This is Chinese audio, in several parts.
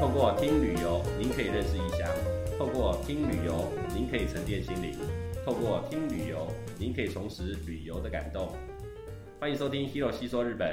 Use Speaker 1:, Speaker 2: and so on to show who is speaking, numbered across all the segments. Speaker 1: 透过听旅游，您可以认识异乡；透过听旅游，您可以沉淀心灵；透过听旅游，您可以重拾旅游的感动。欢迎收听《Hero 细说日本》，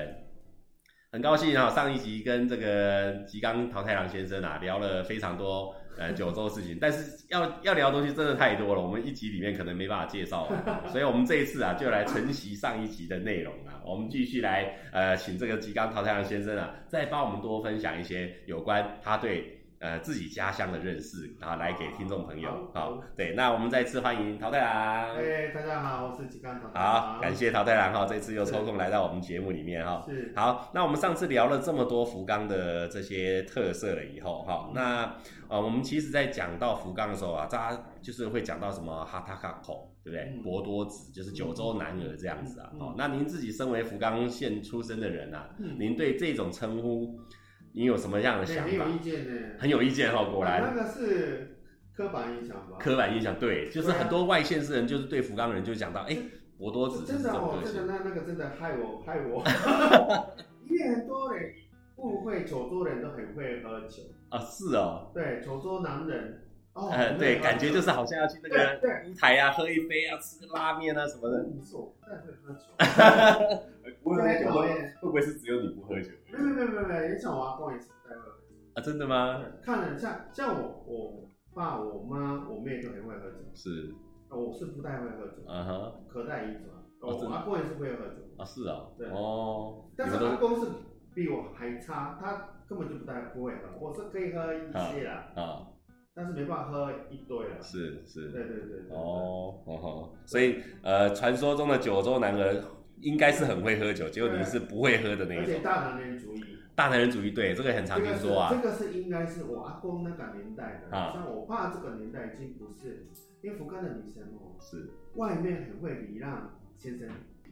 Speaker 1: 很高兴啊，上一集跟这个吉冈桃太郎先生啊聊了非常多 呃九州的事情，但是要要聊的东西真的太多了，我们一集里面可能没办法介绍 完，所以我们这一次啊就来承袭上一集的内容啊，我们继续来呃请这个吉冈桃太郎先生啊再帮我们多分享一些有关他对呃自己家乡的认识啊，来给听众朋友好、对，那我们再次欢迎桃太郎。
Speaker 2: 哎，大家好，我是吉冈堂。
Speaker 1: 好，感谢桃太郎哈，这次又抽空来到我们节目里面哈。
Speaker 2: 是
Speaker 1: 好，那我们上次聊了这么多福冈的这些特色了以后
Speaker 2: 嗯
Speaker 1: 哈，那呃，我们其实在讲到福冈的时候啊，大家就是会讲到什么哈塔卡口，对不对？
Speaker 2: 嗯
Speaker 1: 博多子就是九州男儿这样子啊。
Speaker 2: 嗯
Speaker 1: 哦，那您自己身为福冈县出生的人啊，
Speaker 2: 嗯
Speaker 1: 您对这种称呼，您有什么样的
Speaker 2: 哎
Speaker 1: 想
Speaker 2: 很
Speaker 1: 法
Speaker 2: 有？意见呢。
Speaker 1: 很有意见哈，果然。
Speaker 2: 那个是刻板印象吧？
Speaker 1: 刻板印象对，就是
Speaker 2: 对啊
Speaker 1: 很多外县市人就是对福冈人就讲到，哎、博多子
Speaker 2: 真
Speaker 1: 是这
Speaker 2: 的
Speaker 1: 种
Speaker 2: 哦
Speaker 1: 个，
Speaker 2: 真
Speaker 1: 性
Speaker 2: 的。那那个真的害我害我，因为很多人误会九州人都很会喝酒，
Speaker 1: 啊，是哦，
Speaker 2: 对，九州男人哦，
Speaker 1: 呃，对，感觉就是好像要去那个
Speaker 2: 对
Speaker 1: 乌台啊，喝一杯啊，吃个拉面啊什么的。
Speaker 2: 你说我不太会喝酒，嗯
Speaker 1: 不会喝酒
Speaker 2: 讨
Speaker 1: 会
Speaker 2: 厌。
Speaker 1: 会不会是只有你不喝酒
Speaker 2: 没有没有没有没有，你像我阿公也是不太会喝酒。
Speaker 1: 啊？真的吗？
Speaker 2: 对看了像像我我爸我妈我妹都很会喝酒，
Speaker 1: 是，
Speaker 2: 我是不太会喝酒。
Speaker 1: 啊哈，
Speaker 2: 可带衣服啊，
Speaker 1: 哦真
Speaker 2: 我
Speaker 1: 的
Speaker 2: 阿公也是会喝酒，
Speaker 1: 啊是哦
Speaker 2: 对，
Speaker 1: 哦，你
Speaker 2: 但是
Speaker 1: 们
Speaker 2: 阿
Speaker 1: 都
Speaker 2: 公是比我还差，他根本就不太不会喝，我是可以喝一些啦，
Speaker 1: 啊
Speaker 2: 但是没办法喝一堆啦。
Speaker 1: 是是
Speaker 2: 对，对对对。对，
Speaker 1: 哦哦吼，所以呃，传说中的九州男儿应该是很会喝酒，结果你
Speaker 2: 对
Speaker 1: 是不会喝的呃那
Speaker 2: 而
Speaker 1: 一
Speaker 2: 且
Speaker 1: 种。
Speaker 2: 大男人主义，
Speaker 1: 大男人主义，对这个很
Speaker 2: 这
Speaker 1: 常听
Speaker 2: 个是
Speaker 1: 说啊
Speaker 2: 这，个是应该是我阿公那个年代的，
Speaker 1: 啊
Speaker 2: 像我爸这个年代已经不是，因为福冈的女生哦，
Speaker 1: 是
Speaker 2: 外面很会礼让先生，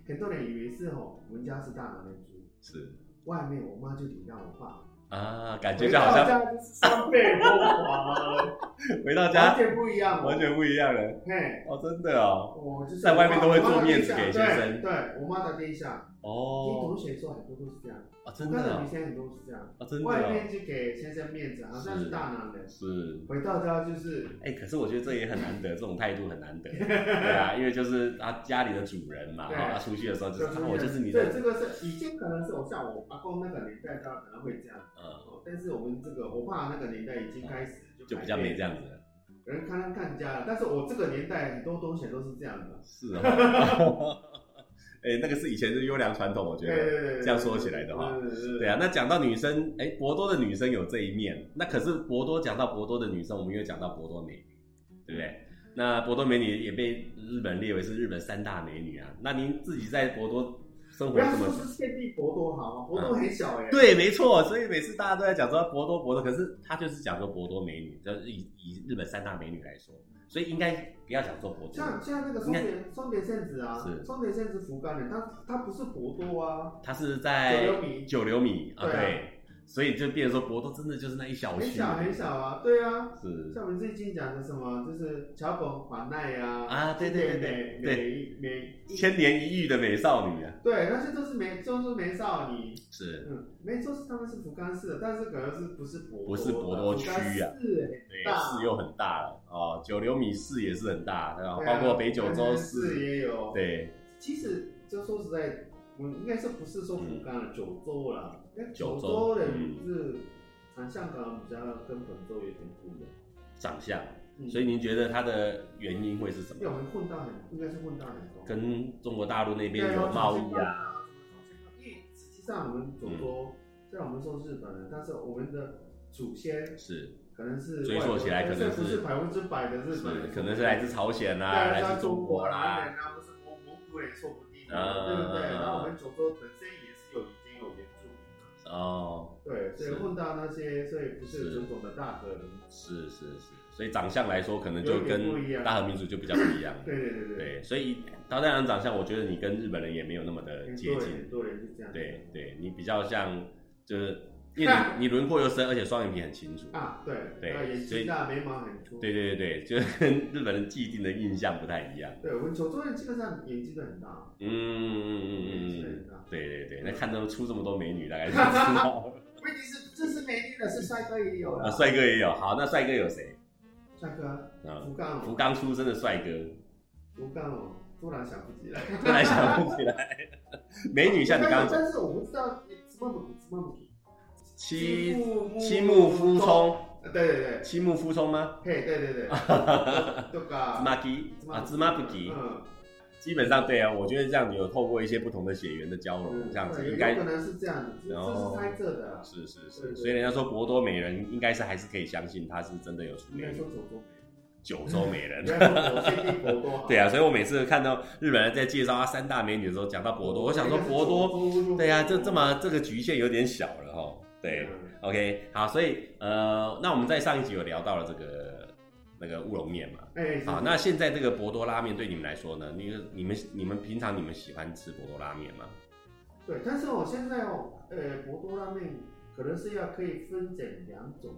Speaker 2: 很多人以为是哦，我们家是大男人主义，
Speaker 1: 是
Speaker 2: 外面我妈就礼让我爸，
Speaker 1: 啊，感觉就好像
Speaker 2: 回到家就是双倍风华了。
Speaker 1: 回到
Speaker 2: 完
Speaker 1: 家
Speaker 2: 全不一样哦，
Speaker 1: 完全不一样了。
Speaker 2: 嘿，
Speaker 1: 哦，真的哦，
Speaker 2: 我就是
Speaker 1: 在外面都会做面子给先生
Speaker 2: 对，对我妈的对象，听
Speaker 1: 哦
Speaker 2: 同学说很多都是这样，
Speaker 1: 啊，真
Speaker 2: 真
Speaker 1: 的
Speaker 2: 的
Speaker 1: 哦
Speaker 2: 女生很多是这样，
Speaker 1: 啊，真的
Speaker 2: 外
Speaker 1: 哦
Speaker 2: 面就给先生面子，好像是大男人，
Speaker 1: 是。
Speaker 2: 回到家就是
Speaker 1: 哎、可是我觉得这也很难得，这种态度很难得。对啊，因为就是他家里的主人嘛，
Speaker 2: 对
Speaker 1: 然后他出去的时候就是、啊、我就是你
Speaker 2: 对，
Speaker 1: 的，
Speaker 2: 这个是以前可能是我像我阿公那个年代，当然可能会这样，
Speaker 1: 嗯，
Speaker 2: 哦但是我们这个我爸那个年代已经开始就
Speaker 1: 就
Speaker 2: 改
Speaker 1: 比较没
Speaker 2: 变
Speaker 1: 这，样子了。
Speaker 2: 有人看看家了，但是我这个年代很多东西都是这样的，
Speaker 1: 是哦。 哎、那个是以前的优良传统，我觉
Speaker 2: 对
Speaker 1: 得。
Speaker 2: 对对，
Speaker 1: 这样说起来的话
Speaker 2: 对，对
Speaker 1: 对啊，，那讲到女生，哎、博多的女生有这一面，那可是博多讲到博多的女生，我们又讲到博多美女，对不对？那博多美女也被日本列为是日本三大美女啊。那您自己在博多生
Speaker 2: 不
Speaker 1: 活
Speaker 2: 要
Speaker 1: 这么嗯
Speaker 2: 说
Speaker 1: 久，
Speaker 2: 是限定博多好吗？博多很小哎、欸，
Speaker 1: 对，没错，所以每次大家都在讲说博多博多，可是他就是讲说博多美女，就是以以日本三大美女来说，所以应该不要讲说博多，
Speaker 2: 像像那个松田松田圣子啊
Speaker 1: 是，
Speaker 2: 松田圣子福冈人，他他不是博多啊，
Speaker 1: 他是在
Speaker 2: 九流米
Speaker 1: 九流米啊，
Speaker 2: 对啊
Speaker 1: 对，所以就变成说博多真的就是那一小
Speaker 2: 很
Speaker 1: 区，
Speaker 2: 小很小啊，对啊。
Speaker 1: 是
Speaker 2: 像我们最近讲的什么，就是桥本环奈呀，
Speaker 1: 啊对对对
Speaker 2: 美
Speaker 1: 对
Speaker 2: 美美，
Speaker 1: 千年一遇的美少女啊，
Speaker 2: 对，那些都是美，都是美少女，
Speaker 1: 是
Speaker 2: 嗯，没错，是他们是福冈市的，但是可能是不是博多
Speaker 1: 不是博多区啊
Speaker 2: 是
Speaker 1: 对，
Speaker 2: 大
Speaker 1: 市又很大了哦，九流米市也是很大，对吧？
Speaker 2: 对啊
Speaker 1: 包括北九州
Speaker 2: 市
Speaker 1: 市，
Speaker 2: 也有，，
Speaker 1: 对，
Speaker 2: 其实就说实在，我们应该是不是说福冈了，九州啦，
Speaker 1: 嗯
Speaker 2: 因为九州的语是长相可能比较跟本州有点不一样，
Speaker 1: 长相，
Speaker 2: 嗯
Speaker 1: 所以您觉得它的原因会是什
Speaker 2: 因为我
Speaker 1: 么？
Speaker 2: 们混到很，应该是混到很多，
Speaker 1: 跟中国大陆那边有贸易啊？
Speaker 2: 啊，因为实际上我们九州，
Speaker 1: 嗯
Speaker 2: 虽然我们说日本人，但是我们的祖先
Speaker 1: 是，
Speaker 2: 可能是
Speaker 1: 追溯起来可能是
Speaker 2: 但不是百分之百的日
Speaker 1: 是
Speaker 2: 本人，
Speaker 1: 可能是来自朝鲜啦、
Speaker 2: 对
Speaker 1: 来
Speaker 2: 像
Speaker 1: 自中国啦，
Speaker 2: 南美啊，不是蒙蒙古也说不定
Speaker 1: 啊
Speaker 2: 啊，对不对？然后我们九州本身也是有已经有原住民了。
Speaker 1: 哦，
Speaker 2: 对，所以混到那些，所以不是种种的大河民族。
Speaker 1: 是是是，所以长相来说，可能就跟大和民族就比较不一样。
Speaker 2: 对对对对，
Speaker 1: 对，所以桃太郎长相，我觉得你跟日本人也没有那么的
Speaker 2: 很
Speaker 1: 接
Speaker 2: 多人
Speaker 1: 近
Speaker 2: 很。多人是这样。
Speaker 1: 对对，你比较像，就是因为你你轮廓又深，而且双眼皮很清楚。
Speaker 2: 啊，对
Speaker 1: 对
Speaker 2: 那眼
Speaker 1: 所以
Speaker 2: 睛大，眉毛很粗。
Speaker 1: 对对对对，就是跟日本人既定的印象不太一 样。
Speaker 2: 对，我们九州人基本上眼睛都很大，啊
Speaker 1: 嗯嗯嗯
Speaker 2: 眼
Speaker 1: 嗯
Speaker 2: 睛
Speaker 1: 嗯
Speaker 2: 都
Speaker 1: 嗯
Speaker 2: 很。大。
Speaker 1: 对对对，那看到出这么多美女，大概就知道了。
Speaker 2: 问题是这是美女的，是帅哥也有
Speaker 1: 啊，
Speaker 2: 了，
Speaker 1: 帅哥也有。好，那帅哥有谁？
Speaker 2: 帅哥，
Speaker 1: 啊，
Speaker 2: 福冈
Speaker 1: 福
Speaker 2: 哦，
Speaker 1: 冈出身的帅哥，
Speaker 2: 福冈哦，突然想不起来。
Speaker 1: 突然想不起来。 美女像你刚刚讲，
Speaker 2: 但是我不知道什么母什么母
Speaker 1: 七
Speaker 2: 木
Speaker 1: 七木夫，冲，
Speaker 2: 对对对，
Speaker 1: 七木夫冲吗？
Speaker 2: 嘿对对对，对
Speaker 1: 芝
Speaker 2: 吧？
Speaker 1: 麻吉啊，芝麻不吉，
Speaker 2: 嗯，
Speaker 1: 基本上对啊。我觉得这样有透过一些不同的血缘的交融，
Speaker 2: 嗯
Speaker 1: 这样子
Speaker 2: 对
Speaker 1: 应该
Speaker 2: 有可能是这样子，这
Speaker 1: 然
Speaker 2: 这
Speaker 1: 后
Speaker 2: 是猜测的啊，
Speaker 1: 是是
Speaker 2: 对
Speaker 1: 是，
Speaker 2: 对
Speaker 1: 所以人家说博多美人，应该是还是可以相信她是真的有出
Speaker 2: 应
Speaker 1: 美
Speaker 2: 该
Speaker 1: 女
Speaker 2: 说，走多，
Speaker 1: 九州美人
Speaker 2: 不。要说我先定博多好，
Speaker 1: 对啊，所以我每次看到日本人在介绍他三大美女的时候，讲到博多，我想说博多，
Speaker 2: 多
Speaker 1: 对啊，这这么这个局限有点小了哈。对，OK，好，所以呃，那我们在上一集有聊到了这个那个乌龙面嘛。
Speaker 2: 哎，
Speaker 1: 好，
Speaker 2: 是
Speaker 1: 那现在这个博多拉面对你们来说呢？你你们你们平常你们喜欢吃博多拉面吗？
Speaker 2: 对，但是我现在哦，呃，博多拉面可能是要可以分成两种，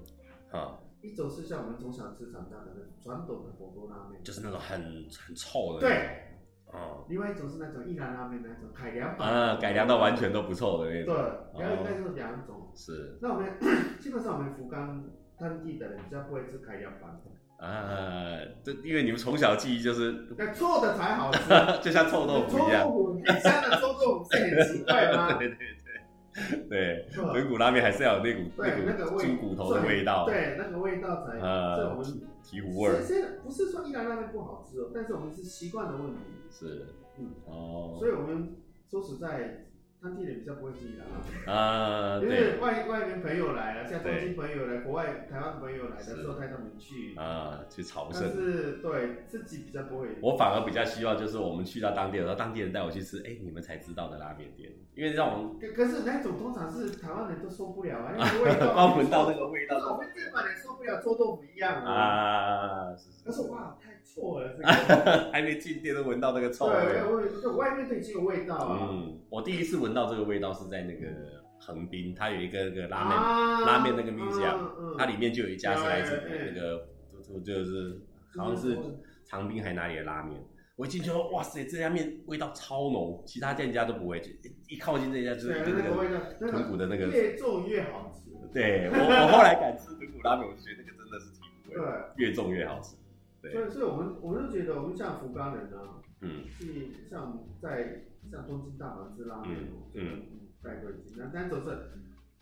Speaker 1: 啊，
Speaker 2: 一种是像我们从小吃长大的那种传统的博多拉面，
Speaker 1: 就是那种很很臭的。
Speaker 2: 对，
Speaker 1: 嗯，
Speaker 2: 另外一种是那种一兰拉面那种改良版，
Speaker 1: 啊，改良到完全都不臭的那
Speaker 2: 对，
Speaker 1: 种。
Speaker 2: 然后应该就是两种。
Speaker 1: 是
Speaker 2: 那我们 基本上我们福冈当地的人比较不会吃改良版的，
Speaker 1: 啊，这因为你们从小记忆就是，
Speaker 2: 那错的才好吃。
Speaker 1: 就像臭豆腐一样
Speaker 2: 臭。豆腐，你家的臭豆腐是很奇 怪吗？
Speaker 1: 对对对对，
Speaker 2: 是吧
Speaker 1: 豚骨拉面还是要有那股
Speaker 2: 对那个
Speaker 1: 股
Speaker 2: 味
Speaker 1: 猪骨头的味道，
Speaker 2: 对，那个味道才，这我
Speaker 1: 呃
Speaker 2: 们，
Speaker 1: 提糊味儿
Speaker 2: 是是不是说一兰拉面不好吃哦，但是我们是习惯的问题，
Speaker 1: 是
Speaker 2: 嗯，
Speaker 1: 哦
Speaker 2: 所以我们说实在，当地人比较不会吃一兰拉面。
Speaker 1: 啊，
Speaker 2: 因
Speaker 1: 对
Speaker 2: 为外外面朋友来了，像东
Speaker 1: 对
Speaker 2: 京朋友来，国外台湾朋友来的
Speaker 1: 是
Speaker 2: 时候带他们去，
Speaker 1: 啊，去朝
Speaker 2: 但
Speaker 1: 圣。
Speaker 2: 是对自己比较不会。
Speaker 1: 我反而比较希望，就是我们去到当地的时候，当地人带我去吃，哎、你们才知道的拉面店，因为让我们
Speaker 2: 可可是那种通常是台湾人都受不了啊，那 个味道，
Speaker 1: 光闻到那个味
Speaker 2: 就是
Speaker 1: 道
Speaker 2: 我们日本人受不了臭豆腐一样啊。
Speaker 1: 啊，是
Speaker 2: 他
Speaker 1: 是
Speaker 2: 说哇，太臭了，这个。
Speaker 1: 是，还没进店都闻到那 个臭味
Speaker 2: 对，。我就外面都已经有味道啊。
Speaker 1: 嗯，我第一次闻到这个味道是在那个横滨，它有一个那个拉面，
Speaker 2: 啊
Speaker 1: 拉面那个 museum，
Speaker 2: 嗯嗯
Speaker 1: 它里面就有一家是来自
Speaker 2: 对对
Speaker 1: 那个，就就是好像是
Speaker 2: 嗯
Speaker 1: 长滨还哪里的拉面。我一进去说，哇塞，这家面味道超浓，其他店家都不会，就一一靠近这家就是
Speaker 2: 对
Speaker 1: 跟那
Speaker 2: 那个
Speaker 1: 个
Speaker 2: 味道，那
Speaker 1: 豚
Speaker 2: 个
Speaker 1: 骨的那个。
Speaker 2: 越做越好吃。
Speaker 1: 对我，我后来敢吃豚骨拉面，我就觉得那个真的是挺
Speaker 2: 对
Speaker 1: 贵，，越重越好吃。对
Speaker 2: 所以所以我们我就觉得我们像福冈人啊。
Speaker 1: 嗯，
Speaker 2: 去像在像东京大阪吃拉面哦
Speaker 1: 嗯，
Speaker 2: 我觉得带过去，那但总是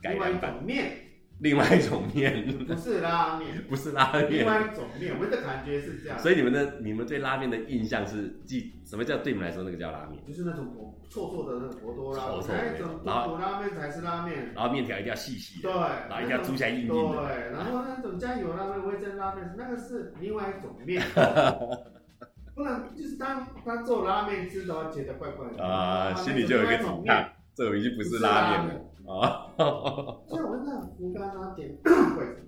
Speaker 1: 改
Speaker 2: 另外一
Speaker 1: 良版
Speaker 2: 种面，
Speaker 1: 另外一种面，
Speaker 2: 不是拉面，
Speaker 1: 不是拉
Speaker 2: 另
Speaker 1: 面。
Speaker 2: 外一种面，我们的感觉是这样，
Speaker 1: 所以你们的你们对拉面的印象是记什么叫对你们来说那个叫拉面，
Speaker 2: 就是那种薄臭臭的那种博多拉
Speaker 1: 臭
Speaker 2: 面，
Speaker 1: 臭的
Speaker 2: 那
Speaker 1: 那
Speaker 2: 一
Speaker 1: 种
Speaker 2: 种
Speaker 1: 然
Speaker 2: 豚
Speaker 1: 后
Speaker 2: 骨拉面才是拉面，
Speaker 1: 然后面条一定要细细
Speaker 2: 对，
Speaker 1: 的，然后一定要
Speaker 2: 那种
Speaker 1: 煮起来硬硬的，
Speaker 2: 对，然后那种酱油拉面、味噌拉面，那个是另外一种面。不然就是当当做拉面吃的话，觉得怪怪的
Speaker 1: 啊、
Speaker 2: 拉面
Speaker 1: 心里就有一个
Speaker 2: 是
Speaker 1: 抵
Speaker 2: 另外一种面
Speaker 1: 抗，这已经不是拉面了啊。
Speaker 2: 所以我们在福冈啊点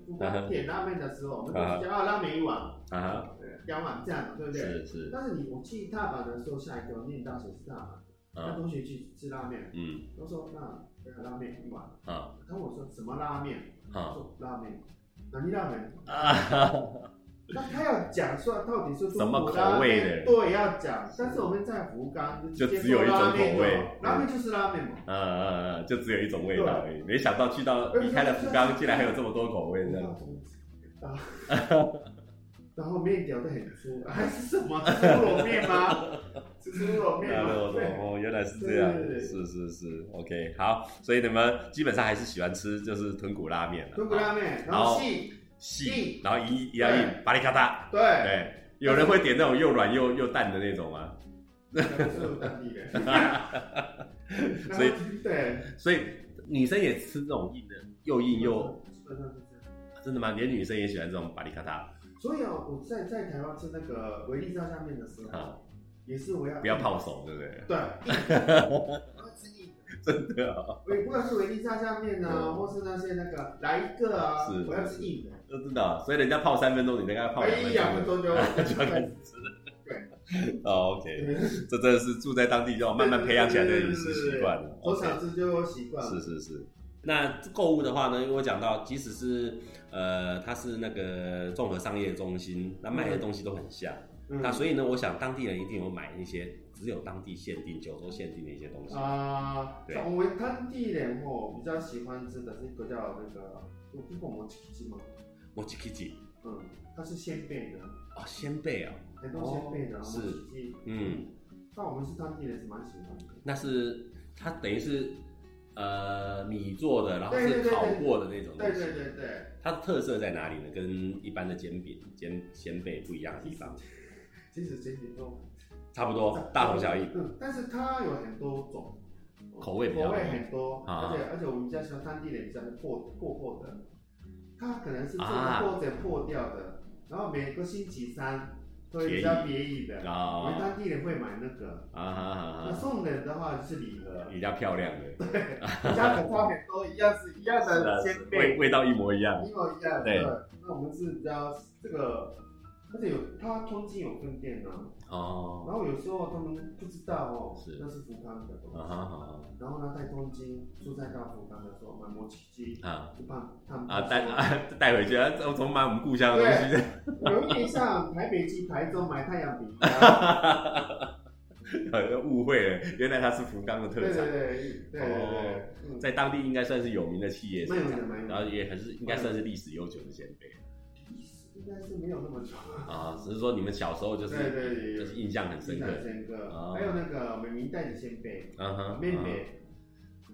Speaker 2: 福冈点拉面的时候，我们都是叫啊拉面一碗，
Speaker 1: 啊哈，
Speaker 2: 两碗这样，对不对？
Speaker 1: 是是，
Speaker 2: 但是你我去大阪的时候，下一个我念大学是大阪，跟
Speaker 1: 嗯
Speaker 2: 同学去吃拉面，
Speaker 1: 嗯
Speaker 2: 我说那那个拉面一碗，
Speaker 1: 啊
Speaker 2: 他问我说什么拉面？我
Speaker 1: 啊
Speaker 2: 说拉面，哪里拉面？
Speaker 1: 啊哈哈，
Speaker 2: 那他要讲说到底是
Speaker 1: 什么口味的
Speaker 2: 对，要讲。但是我们在福冈
Speaker 1: 就
Speaker 2: 直接
Speaker 1: 只有一种
Speaker 2: 说拉面
Speaker 1: 口味
Speaker 2: 就好拉面就是拉面嘛。
Speaker 1: 啊啊啊！就只有一种味道而已。没想到去到离开了福冈，竟然还有这么多口味这样。
Speaker 2: 啊， 然后面条都很粗， 还是什么是乌龙 面吗？是乌龙面
Speaker 1: 那
Speaker 2: 吗？
Speaker 1: 我懂
Speaker 2: 对，
Speaker 1: 哦，原来是这样
Speaker 2: 对对，对
Speaker 1: 是是是，OK，好，所以你们基本上还是喜欢吃就是豚骨拉面了，啊
Speaker 2: 中国拉面，然后细，
Speaker 1: 细
Speaker 2: 细，
Speaker 1: 然后一一要硬，巴里咔嗒，
Speaker 2: 对，
Speaker 1: 对，有人会点那种又软又又淡的那种吗？
Speaker 2: 是当地人，然
Speaker 1: 所以
Speaker 2: 后对，
Speaker 1: 所以女生也吃这种硬的，又硬又
Speaker 2: 基本上是这样。
Speaker 1: 真的吗？连女生也喜欢这种巴里咔嗒
Speaker 2: 所以啊，我在在台湾吃那个维力炸酱面的时
Speaker 1: 啊
Speaker 2: 候，也是我要
Speaker 1: 不要，泡手，对不对？
Speaker 2: 对，我要吃硬的。
Speaker 1: 真的啊、
Speaker 2: 我也不管是维力炸酱面啊，
Speaker 1: 嗯
Speaker 2: 或是那些那个来一个啊
Speaker 1: 是，
Speaker 2: 我要吃硬的。
Speaker 1: 真的啊、所以人家泡三分钟，你大概泡
Speaker 2: 哎，
Speaker 1: 两
Speaker 2: 两
Speaker 1: 分
Speaker 2: 分
Speaker 1: 钟
Speaker 2: 钟就
Speaker 1: 就要开始吃了。 哦，OK，
Speaker 2: 对
Speaker 1: 这真的是住在当地就要慢慢培养起来的饮食习惯了。
Speaker 2: 从
Speaker 1: OK，
Speaker 2: 小吃就习惯了。
Speaker 1: 是是是。那购物的话呢，因为我讲到，即使是呃，它是那个综合商业中心，那卖的东西都很像。
Speaker 2: 嗯
Speaker 1: 那所以呢，我想当地人一定有买那些只有当地限定、九州限定的一些东西。
Speaker 2: 啊，
Speaker 1: 对
Speaker 2: 像我们当地人吼比较喜欢吃的是一个叫那个，有听过我们奇鸡吗？
Speaker 1: 我吉吉吉
Speaker 2: 嗯，它是鲜贝的，
Speaker 1: 哦，鲜贝啊，
Speaker 2: 很多鲜贝的，
Speaker 1: 哦
Speaker 2: 然后
Speaker 1: 是
Speaker 2: 奇鸡。
Speaker 1: 嗯，
Speaker 2: 那我们是当地人是蛮喜欢的。
Speaker 1: 那是它等于是呃米做的，然后
Speaker 2: 对对
Speaker 1: 是
Speaker 2: 对
Speaker 1: 烤
Speaker 2: 对
Speaker 1: 过的那种东
Speaker 2: 对
Speaker 1: 西。
Speaker 2: 对对对，
Speaker 1: 它的特色在哪里呢？跟一般的煎饼、煎煎贝不一样的地方，
Speaker 2: 其实煎饼都
Speaker 1: 差不多，大同小异。
Speaker 2: 嗯，但是它有很多种，哦
Speaker 1: 口味比较
Speaker 2: 口
Speaker 1: 多
Speaker 2: 味很多，
Speaker 1: 啊
Speaker 2: 而且而且我们家喜欢当地人比较破破破的，它可能是这个
Speaker 1: 啊
Speaker 2: 破者破掉的，然后每个星期三会比较便宜的，我们
Speaker 1: 啊
Speaker 2: 当地人会买那个。
Speaker 1: 啊哈哈哈！
Speaker 2: 那送人的话就是礼盒，
Speaker 1: 比较漂亮的，
Speaker 2: 人家的花很多，一样是一样
Speaker 1: 是
Speaker 2: 的
Speaker 1: 的
Speaker 2: 鲜
Speaker 1: 味
Speaker 2: 贝，
Speaker 1: 味道一模一样。
Speaker 2: 一模一样。
Speaker 1: 对，
Speaker 2: 那我们是比较这个，而且有它东京有分店呢、
Speaker 1: 哦，
Speaker 2: 然后有时候他们不知道哦，
Speaker 1: 是
Speaker 2: 那是福冈的东
Speaker 1: 啊
Speaker 2: 西。
Speaker 1: 哈哈
Speaker 2: 然后呢，在东京住在大福冈的时候买摩奇鸡，
Speaker 1: 啊
Speaker 2: 就怕他们
Speaker 1: 啊带啊带回去，啊怎么怎么买我们故乡的东西？
Speaker 2: 有一点像台北鸡台中买太阳饼 干，
Speaker 1: 好 像误会了，原来它是福冈的特
Speaker 2: 对对
Speaker 1: 产，
Speaker 2: 对对对
Speaker 1: 哦
Speaker 2: 对，嗯
Speaker 1: 在当地应该算是有名的企业生
Speaker 2: 蛮有
Speaker 1: 产
Speaker 2: 名的蛮有，名的
Speaker 1: 然后也还是应该算是历史悠久的鲜贝
Speaker 2: 应该是没有那么久，
Speaker 1: 啊。只是说你们小时候就
Speaker 2: 对对
Speaker 1: 是
Speaker 2: 对
Speaker 1: 就是印象很深刻
Speaker 2: 印象。深刻
Speaker 1: 哦。
Speaker 2: 还有那个我们明代的鲜贝，
Speaker 1: 嗯哼，
Speaker 2: 妹
Speaker 1: 嗯
Speaker 2: 妹，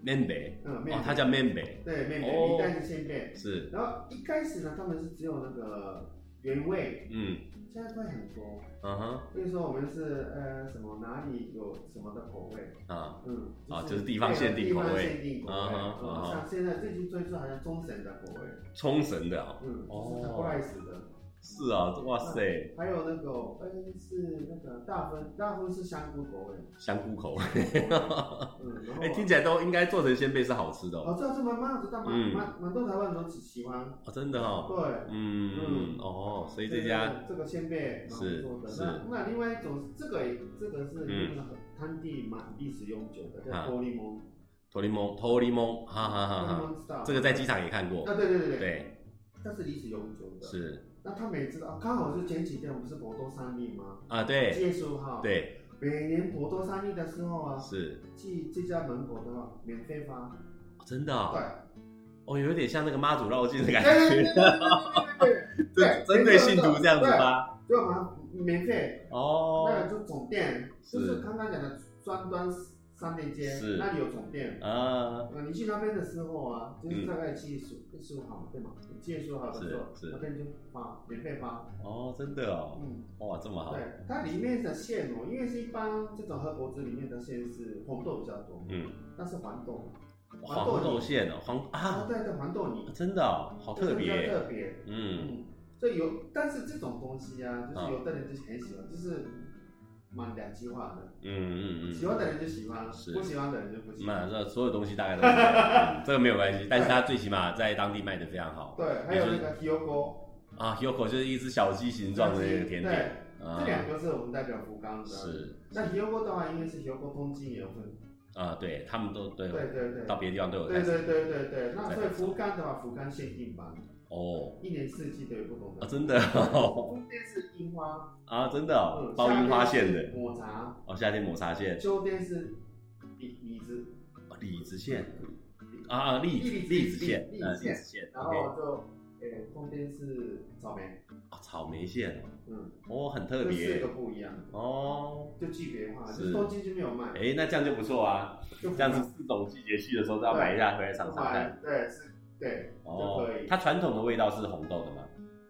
Speaker 1: 面北
Speaker 2: 嗯，妹
Speaker 1: 哦
Speaker 2: 妹，，
Speaker 1: 它叫面北，
Speaker 2: 对妹
Speaker 1: 哦
Speaker 2: 妹，明代的鲜贝。
Speaker 1: 是，
Speaker 2: 然后一开始呢，他们是只有那个原味，
Speaker 1: 嗯，
Speaker 2: 现在会很多。
Speaker 1: 嗯哼，
Speaker 2: 所以说我们是呃什么哪里有什么的口味，
Speaker 1: 啊，
Speaker 2: 嗯，
Speaker 1: 啊就是地方限定口味
Speaker 2: 地方限定口味，
Speaker 1: 啊哈啊
Speaker 2: 嗯
Speaker 1: 哈
Speaker 2: 像现在最近推出好像中神的口味，
Speaker 1: 冲绳的哦，
Speaker 2: 嗯，
Speaker 1: 哦
Speaker 2: 就是 rice 的，
Speaker 1: 是啊，哇塞，
Speaker 2: 还有那个嗯是那个大分，大分是香菇口味，
Speaker 1: 香菇 口味，
Speaker 2: 嗯，然后
Speaker 1: 哎，听起来都应该做成鲜贝是好吃的哦，
Speaker 2: 哦，这是蛮蛮好吃，但蛮
Speaker 1: 嗯
Speaker 2: 蛮蛮多台湾人都喜欢，
Speaker 1: 哦真的哦，
Speaker 2: 对。
Speaker 1: 嗯，
Speaker 2: 嗯
Speaker 1: 哦，所以这
Speaker 2: 个
Speaker 1: 家
Speaker 2: 这个鲜贝蛮
Speaker 1: 是
Speaker 2: 不
Speaker 1: 是嗯
Speaker 2: 错的，那那另外一种这个也这个是那个当地蛮历史悠久的，
Speaker 1: 啊
Speaker 2: 叫玻璃蒙，
Speaker 1: 托利蒙，托利蒙，哈哈
Speaker 2: 玻
Speaker 1: 哈
Speaker 2: 璃
Speaker 1: 哈，
Speaker 2: 蒙知道？
Speaker 1: 这个在机场也看过
Speaker 2: 啊，，对对对对，
Speaker 1: 对，
Speaker 2: 它是历史悠久的。
Speaker 1: 是
Speaker 2: 那他每次啊，刚好是前几天我们是博多三例吗？
Speaker 1: 啊，对
Speaker 2: 七月十五号。。
Speaker 1: 对
Speaker 2: 每年博多三例的时候啊，
Speaker 1: 是，
Speaker 2: 去这家门口的话，免费发。
Speaker 1: 哦真的哦，
Speaker 2: 对。
Speaker 1: 哦，有点像那个妈祖绕境的感觉，
Speaker 2: 对对对对对对。
Speaker 1: 针
Speaker 2: 对
Speaker 1: 针 对信徒这样子吧，
Speaker 2: 就嘛免费，那
Speaker 1: 哦
Speaker 2: 个，就总店，就是刚刚讲的双端商店街，
Speaker 1: 是
Speaker 2: 那里有总店。
Speaker 1: 啊，嗯
Speaker 2: 呃，你去那边的时候啊，就是大概七月十五、十五号嘛，对吗？七月十五号的时候
Speaker 1: 是是，
Speaker 2: 那边就发免费发，
Speaker 1: 哦，真的哦，
Speaker 2: 嗯。
Speaker 1: 哇，这么好
Speaker 2: 对，，它里面的馅哦，因为是一般这种和果子里面的馅是红豆比较多，
Speaker 1: 嗯。
Speaker 2: 但是黄豆，
Speaker 1: 黄豆馅哦，黄
Speaker 2: 啊，
Speaker 1: 啊，
Speaker 2: 对对，黄豆泥，
Speaker 1: 真的哦，好特
Speaker 2: 这是比较
Speaker 1: 别，
Speaker 2: 特别，
Speaker 1: 嗯，
Speaker 2: 嗯，所以有，但是这种东西啊，就
Speaker 1: 啊
Speaker 2: 是有的人就很喜欢，就是蛮两极化的，
Speaker 1: 嗯嗯
Speaker 2: 喜
Speaker 1: 嗯
Speaker 2: 欢的人就喜欢，
Speaker 1: 是
Speaker 2: 不喜欢的人就不
Speaker 1: 嗯，
Speaker 2: 喜
Speaker 1: 那
Speaker 2: 欢。
Speaker 1: 这所有东西大概都是这样，嗯这个没有关系，但是它最起码在当地卖的非常好
Speaker 2: 对，还有那个 h i o g o
Speaker 1: 啊。Yoko 就是一只小鸡形状的那个甜点，
Speaker 2: 这
Speaker 1: 啊，
Speaker 2: 两个是我们代表福冈的。。
Speaker 1: 是
Speaker 2: 那 h i o g o 的话，因为是 h i o g o 东京也有分，
Speaker 1: 啊，对他们都对
Speaker 2: 对，对对，
Speaker 1: 到别的地方都有
Speaker 2: 对
Speaker 1: 开
Speaker 2: 对
Speaker 1: 始
Speaker 2: 对对对。那
Speaker 1: 在
Speaker 2: 所以福冈的话，福冈限定版。
Speaker 1: 哦
Speaker 2: 一年四季都有不同的。
Speaker 1: 啊，真的 哦
Speaker 2: 冬天是樱 花，
Speaker 1: 啊，真的哦
Speaker 2: 嗯，
Speaker 1: 包樱花馅的
Speaker 2: 夏天是抹茶，
Speaker 1: 哦，夏天抹茶馅，
Speaker 2: 秋天是李李子，
Speaker 1: 哦李子馅啊，啊栗子栗子馅，
Speaker 2: 栗
Speaker 1: 呃
Speaker 2: 子
Speaker 1: 栗
Speaker 2: 馅
Speaker 1: 子馅
Speaker 2: 然
Speaker 1: ，OK，
Speaker 2: 后就呃冬天是草莓，
Speaker 1: 哦草莓馅
Speaker 2: 嗯，
Speaker 1: 哦，很特
Speaker 2: 这四
Speaker 1: 别
Speaker 2: 个不一样，
Speaker 1: 哦。
Speaker 2: 就区别化，
Speaker 1: 是
Speaker 2: 就是东京就没有卖，
Speaker 1: 哎、那这样就不错啊！
Speaker 2: 就
Speaker 1: 这样子四种季节去的时候都要买一下回来尝尝看。
Speaker 2: 买，对是，对，
Speaker 1: 哦
Speaker 2: 就可，以
Speaker 1: 它传统的味道是红豆的嘛，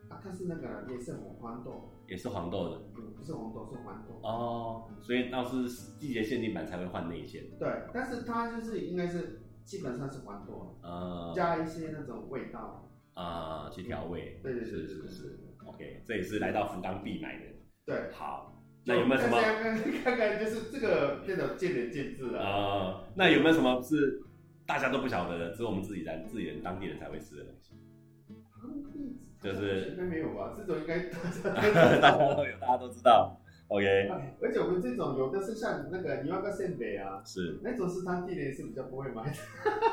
Speaker 2: 啊，它是那个也是红黄豆，
Speaker 1: 也是黄豆的
Speaker 2: 嗯，不是红豆是黄豆，
Speaker 1: 哦，所以倒是季节限定版才会换内馅。
Speaker 2: 对，但是它就是应该是基本上是黄豆，
Speaker 1: 呃
Speaker 2: 加一些那种味道，
Speaker 1: 啊、去调味。
Speaker 2: 对对对
Speaker 1: 是
Speaker 2: 对
Speaker 1: 是
Speaker 2: 对
Speaker 1: 是。OK，这也是来到福冈必买的。
Speaker 2: 对。
Speaker 1: 好，那有没有什么
Speaker 2: 大家看看看，就是这个变得见仁见智了。
Speaker 1: 啊、那有没有什么是大家都不晓得的，只有我们自己人、自己人当地人才会吃的东 西？就是
Speaker 2: 应该没有吧？这种应该大
Speaker 1: 大
Speaker 2: 家
Speaker 1: 家都有， 大家都知道。OK，
Speaker 2: 而且我们这种有的是像那个你要个圣北啊，
Speaker 1: 是
Speaker 2: 那种是当地人是比较不会买的。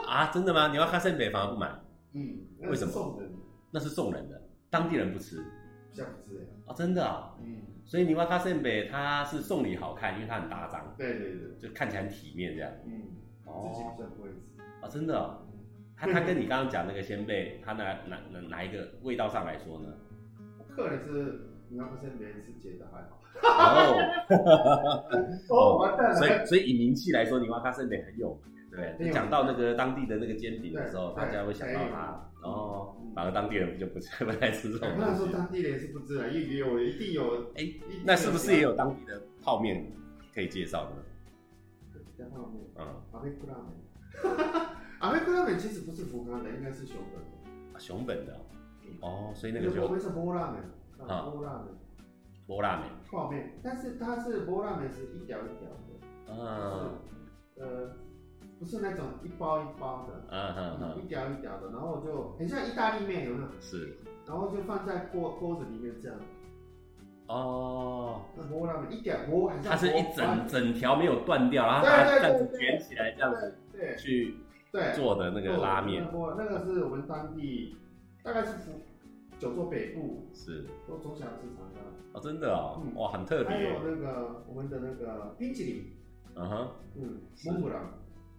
Speaker 1: 啊，真的吗？你要看圣北反而不买，
Speaker 2: 嗯，那
Speaker 1: 为什
Speaker 2: 是
Speaker 1: 么
Speaker 2: 送人的？
Speaker 1: 那是送人的，当地人不吃。
Speaker 2: 下不是哎，
Speaker 1: 哦，真的啊、
Speaker 2: 嗯，
Speaker 1: 所以你瓦卡圣北它是送礼好看，因为它很大张，
Speaker 2: 对对对，
Speaker 1: 就看起来很体面这样。
Speaker 2: 嗯，自己
Speaker 1: 哦
Speaker 2: 比较不会吃，
Speaker 1: 啊，真的哦、它它跟你刚刚讲那个鲜贝，它哪哪哪哪一个味道上来说呢？
Speaker 2: 我个人是，你要不是每次觉得还好，
Speaker 1: 哦，
Speaker 2: 哦，完蛋
Speaker 1: 所
Speaker 2: 了，
Speaker 1: 以所以以名气来说，你瓦卡圣北很有名，对不
Speaker 2: 很有
Speaker 1: 对？
Speaker 2: 名
Speaker 1: 讲到那个当地的那个煎饼的时候，
Speaker 2: 对
Speaker 1: 大家会想到它。
Speaker 2: 对
Speaker 1: 哦
Speaker 2: 嗯，
Speaker 1: 反而当地人就不不太 吃这种
Speaker 2: 我不能
Speaker 1: 东
Speaker 2: 说
Speaker 1: 西。
Speaker 2: 当地人是不知道，一定有，一定有，
Speaker 1: 哎
Speaker 2: 一定有
Speaker 1: 那是不是也有当地的泡面可以介绍呢？
Speaker 2: 在泡面？
Speaker 1: 嗯，
Speaker 2: 阿贝库拉美， 阿贝库拉美其实不是福冈的，应该是熊本的。
Speaker 1: 熊本的哦
Speaker 2: 嗯
Speaker 1: 哦，所以那个
Speaker 2: 我
Speaker 1: 就
Speaker 2: 们是波拉美，啊，
Speaker 1: 啊
Speaker 2: 波拉美
Speaker 1: 波拉美。
Speaker 2: 泡面，但是它是波拉美是一条一条的，
Speaker 1: 嗯
Speaker 2: 就是呃，不是那种一包一包的，
Speaker 1: 嗯嗯嗯，
Speaker 2: 一条一条的，然后就很像意大利面有没有？
Speaker 1: 是
Speaker 2: 然后就放在锅锅子里面这样，
Speaker 1: 哦，
Speaker 2: 那波拉美一点波，很像
Speaker 1: 它是一
Speaker 2: 波
Speaker 1: 整整条没有断掉，然后
Speaker 2: 对
Speaker 1: 把它
Speaker 2: 对
Speaker 1: 这样
Speaker 2: 对
Speaker 1: 子
Speaker 2: 对
Speaker 1: 卷起来，这样子
Speaker 2: 对
Speaker 1: 去
Speaker 2: 对
Speaker 1: 做的那个拉面
Speaker 2: 那波那个是我们当地，大概是福九州北部
Speaker 1: 是
Speaker 2: 都中小市场的。
Speaker 1: 哦，真的哦
Speaker 2: 嗯，
Speaker 1: 哇，很特
Speaker 2: 还有
Speaker 1: 别，
Speaker 2: 那个我们的那个冰淇淋，
Speaker 1: 嗯哼，
Speaker 2: 嗯，
Speaker 1: 是
Speaker 2: 蒙布朗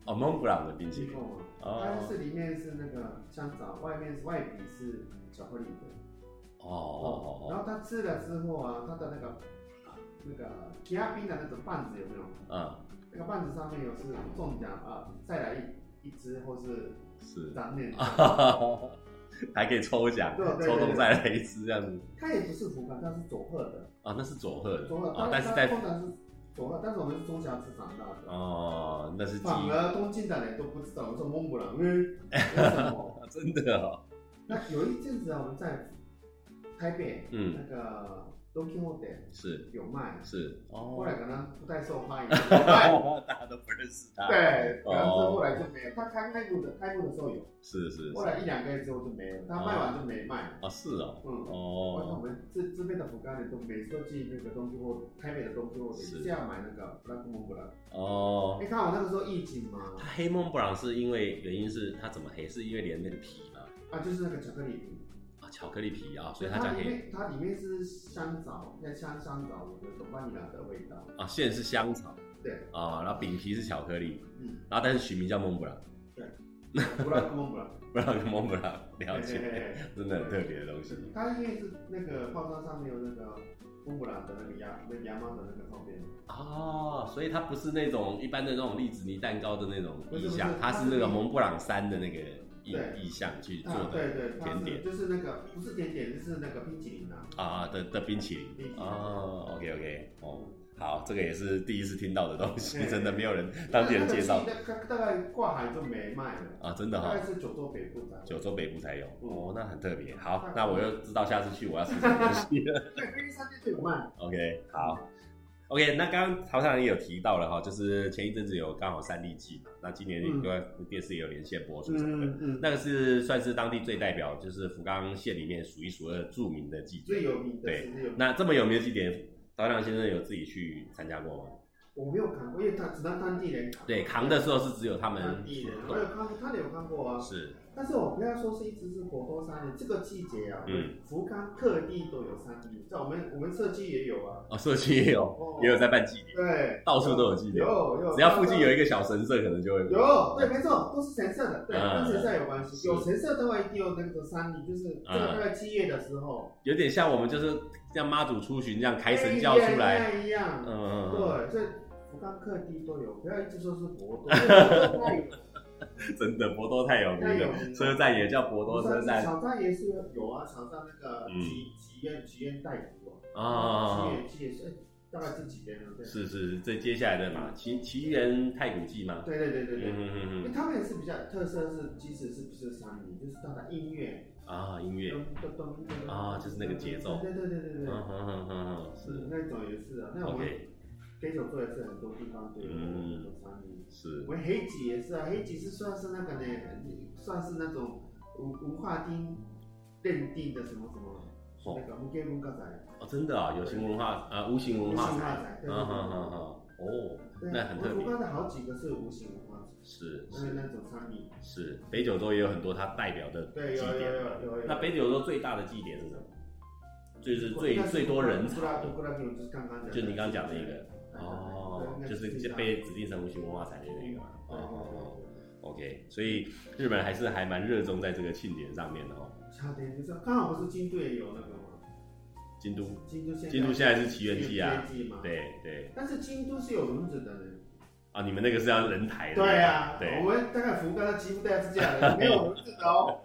Speaker 1: 哦，蒙布朗的冰淇
Speaker 2: 听
Speaker 1: 淋
Speaker 2: 过，吗？它
Speaker 1: 哦
Speaker 2: 是里面是那个香肠，外面是外皮是巧克力的。
Speaker 1: 哦哦
Speaker 2: 然
Speaker 1: 哦
Speaker 2: 后他吃了之后啊，他的那个那个吉拉冰的那种棒子有没有？
Speaker 1: 哦，嗯，
Speaker 2: 那个棒子上面有是中奖啊，再来一一只或是
Speaker 1: 是，
Speaker 2: 三面。
Speaker 1: 啊还可以抽奖
Speaker 2: 对，对
Speaker 1: 抽
Speaker 2: 对
Speaker 1: 中再来一只这样子，
Speaker 2: 它也不是福冈，它是佐贺的，
Speaker 1: 啊，那是佐贺的
Speaker 2: 佐贺，
Speaker 1: 啊，但是
Speaker 2: 它
Speaker 1: 在
Speaker 2: 通常是佐贺，但是我们是中小市长大的。
Speaker 1: 哦，那是基
Speaker 2: 反
Speaker 1: 因，
Speaker 2: 而东京的人都不知道，我说蒙古 人，嗯，为什么？
Speaker 1: 啊真的哦，
Speaker 2: 那有一阵子啊，我们在台北，
Speaker 1: 嗯
Speaker 2: 那个 Donkey h o t e
Speaker 1: 是
Speaker 2: 有卖，
Speaker 1: 是，
Speaker 2: 后
Speaker 1: 哦，
Speaker 2: 来可能不太受欢迎，有卖
Speaker 1: 大家都不认识他，
Speaker 2: 对，
Speaker 1: 哦
Speaker 2: 可能是后来就没有。他开开幕的开幕的时候有，
Speaker 1: 是是是
Speaker 2: 后，来一两个月之后就没有，他卖完就没卖。
Speaker 1: 哦，是哦，
Speaker 2: 嗯，我想我
Speaker 1: 哦，
Speaker 2: 们这这边的福冈人都每次都去那个东京或台北的东京或
Speaker 1: 是
Speaker 2: 是要买那个 Black m o n g
Speaker 1: 哦，
Speaker 2: 你看我那个时候疫情嘛，
Speaker 1: 他黑蒙布朗是因为原因是他怎么黑？是因为连那个皮嘛，
Speaker 2: 啊，就是那个巧克力饼。
Speaker 1: 啊，巧克力皮啊，所以他
Speaker 2: 它
Speaker 1: 叫黑
Speaker 2: 里面它里面是香枣，那香香枣有那种万尼拉的味道。
Speaker 1: 啊，馅是香草
Speaker 2: 对，
Speaker 1: 啊，然后饼皮是巧克力，
Speaker 2: 嗯，
Speaker 1: 然后但是取名叫蒙布朗，
Speaker 2: 不拉不不拉，
Speaker 1: 布朗跟 蒙布朗，了
Speaker 2: 嘿
Speaker 1: 解，
Speaker 2: 嘿嘿
Speaker 1: 真的很特别的东西。
Speaker 2: 它因为是那个包装上面有那个蒙布朗的那个羊那羊毛的那个照片，
Speaker 1: 哦，所以它不是那种一般的那种栗子泥蛋糕的那种
Speaker 2: 不是
Speaker 1: 意
Speaker 2: 不是
Speaker 1: 象，它
Speaker 2: 它
Speaker 1: 是
Speaker 2: 是
Speaker 1: 那个
Speaker 2: 栗
Speaker 1: 蒙布朗山的那个意
Speaker 2: 对
Speaker 1: 意象去做
Speaker 2: 啊，
Speaker 1: 的
Speaker 2: 对对，它
Speaker 1: 甜
Speaker 2: 是
Speaker 1: 点
Speaker 2: 就是那个不是甜点，就是那个冰淇淋啊。
Speaker 1: 啊的的冰淇
Speaker 2: 冰淇
Speaker 1: 淋
Speaker 2: 淋
Speaker 1: 哦，OK OK，哦，好，这个也是第一次听到的东西，
Speaker 2: 对
Speaker 1: 真的没有人当地人介绍
Speaker 2: 那那个冰淇淋大概挂海就没卖了，
Speaker 1: 啊，真的
Speaker 2: 大
Speaker 1: 哈、
Speaker 2: 概是九州北部的。
Speaker 1: 九州北部才有
Speaker 2: 嗯
Speaker 1: 哦，那很特别。好
Speaker 2: 嗯，
Speaker 1: 那我又知道下次去我要吃什么东西了。
Speaker 2: 对，冰山店就有卖。
Speaker 1: OK，好，OK，那刚刚曹尚也有提到了哈，就是前一阵子有刚好三立季嘛，那今年
Speaker 2: 嗯
Speaker 1: 跟电视也有连线播出什么的，
Speaker 2: 嗯，
Speaker 1: 那个是算是当地最代表，就是福冈县里面数一数二著名的祭
Speaker 2: 最
Speaker 1: 典。
Speaker 2: 有名的
Speaker 1: 对
Speaker 2: 是有名的
Speaker 1: 那这么有名的祭典，曹尚先生有自己去参加过吗？
Speaker 2: 我没有看过，因为他只能当地人扛。
Speaker 1: 对，扛的时候是只有他们
Speaker 2: 当地人，我有看过，他有看过啊。
Speaker 1: 是
Speaker 2: 但是我不要说是一直是火锅三年，这个季节啊，
Speaker 1: 嗯
Speaker 2: 福冈各地都有三年，在我们我们社区也有啊。
Speaker 1: 哦，社区也有
Speaker 2: 哦
Speaker 1: 也有在办祭典，
Speaker 2: 对，
Speaker 1: 到处都有祭典
Speaker 2: 有，有，
Speaker 1: 只要附近有一个小神社，可能就会
Speaker 2: 有，对，没错，都是神社的，对，
Speaker 1: 嗯
Speaker 2: 跟神社有关系。
Speaker 1: 是嗯
Speaker 2: 有神社的话，一定有那个三年，就是这个大概七月的时候，哎
Speaker 1: 有点像我们就是像妈祖出巡这样开神教出来，
Speaker 2: 一样一样。
Speaker 1: 嗯，嗯
Speaker 2: 对，这福冈各地都有，不要一直说是博 多，因为博多太有
Speaker 1: 嗯 真的博多太有名
Speaker 2: 太有名
Speaker 1: 了，
Speaker 2: 了
Speaker 1: 车站也叫博多车站
Speaker 2: 小站也是有啊，小站那个
Speaker 1: 嗯
Speaker 2: 吉吉院吉院代福啊。
Speaker 1: 啊，
Speaker 2: 七月七月是哎大概这几天了，对，
Speaker 1: 是是，这接下来的嘛，奇奇缘太古记吗？
Speaker 2: 对对对
Speaker 1: 嗯
Speaker 2: 对对。因
Speaker 1: 嗯
Speaker 2: 为
Speaker 1: 嗯
Speaker 2: 他们也是比较有特色是，即使是不是三民，就是它的音乐，
Speaker 1: 嗯啊，音乐，
Speaker 2: 咚咚咚咚
Speaker 1: 啊就是那个节奏
Speaker 2: 对对对对
Speaker 1: 嗯
Speaker 2: 对对，
Speaker 1: 嗯嗯嗯嗯，
Speaker 2: 嗯
Speaker 1: 是
Speaker 2: 那种也是啊。那我们
Speaker 1: OK
Speaker 2: 黑手座也是很多地方都有那种三民，
Speaker 1: 是
Speaker 2: 我们黑吉也是啊，黑吉是算是那个呢，算是那种文文化厅认定的什么什么
Speaker 1: 哦
Speaker 2: 那个木根木嘎仔，
Speaker 1: 哦，真的啊，有形文化呃无形文
Speaker 2: 无
Speaker 1: 化
Speaker 2: 形文
Speaker 1: 财，
Speaker 2: 化仔，对
Speaker 1: 嗯
Speaker 2: 对
Speaker 1: 嗯嗯
Speaker 2: 对
Speaker 1: 嗯哦，
Speaker 2: 对，
Speaker 1: 那很特别
Speaker 2: 我刚才好几个是无形文化财，
Speaker 1: 是
Speaker 2: 就是
Speaker 1: 是
Speaker 2: 嗯那种三民。
Speaker 1: 是，北九州也有很多它代表的
Speaker 2: 对，
Speaker 1: 祭
Speaker 2: 有有
Speaker 1: 典
Speaker 2: 有
Speaker 1: 嘛。
Speaker 2: 有有有。
Speaker 1: 那北九州最大的祭典是什么？就是最最多人潮的，
Speaker 2: 就是刚刚讲的，
Speaker 1: 就你刚刚讲的一个
Speaker 2: 对，
Speaker 1: 哦，
Speaker 2: 对
Speaker 1: 就是
Speaker 2: 对
Speaker 1: 被指定成无形文化产业的那个嘛。
Speaker 2: 对对对
Speaker 1: 哦，OK，所以日本还是还蛮热衷在这个庆典上面的哦。
Speaker 2: 夏天就是刚好不是京都也有那个吗？
Speaker 1: 京都，
Speaker 2: 京都现在
Speaker 1: 京都现在是祈愿
Speaker 2: 祭
Speaker 1: 祭啊，
Speaker 2: 嘛，。
Speaker 1: 对对
Speaker 2: 但是京都是有轮子的呢。
Speaker 1: 啊，你们那个是要人抬的，
Speaker 2: 对啊，
Speaker 1: 对
Speaker 2: 我们大概福冈的吉布带是这样的，没有轮子的哦，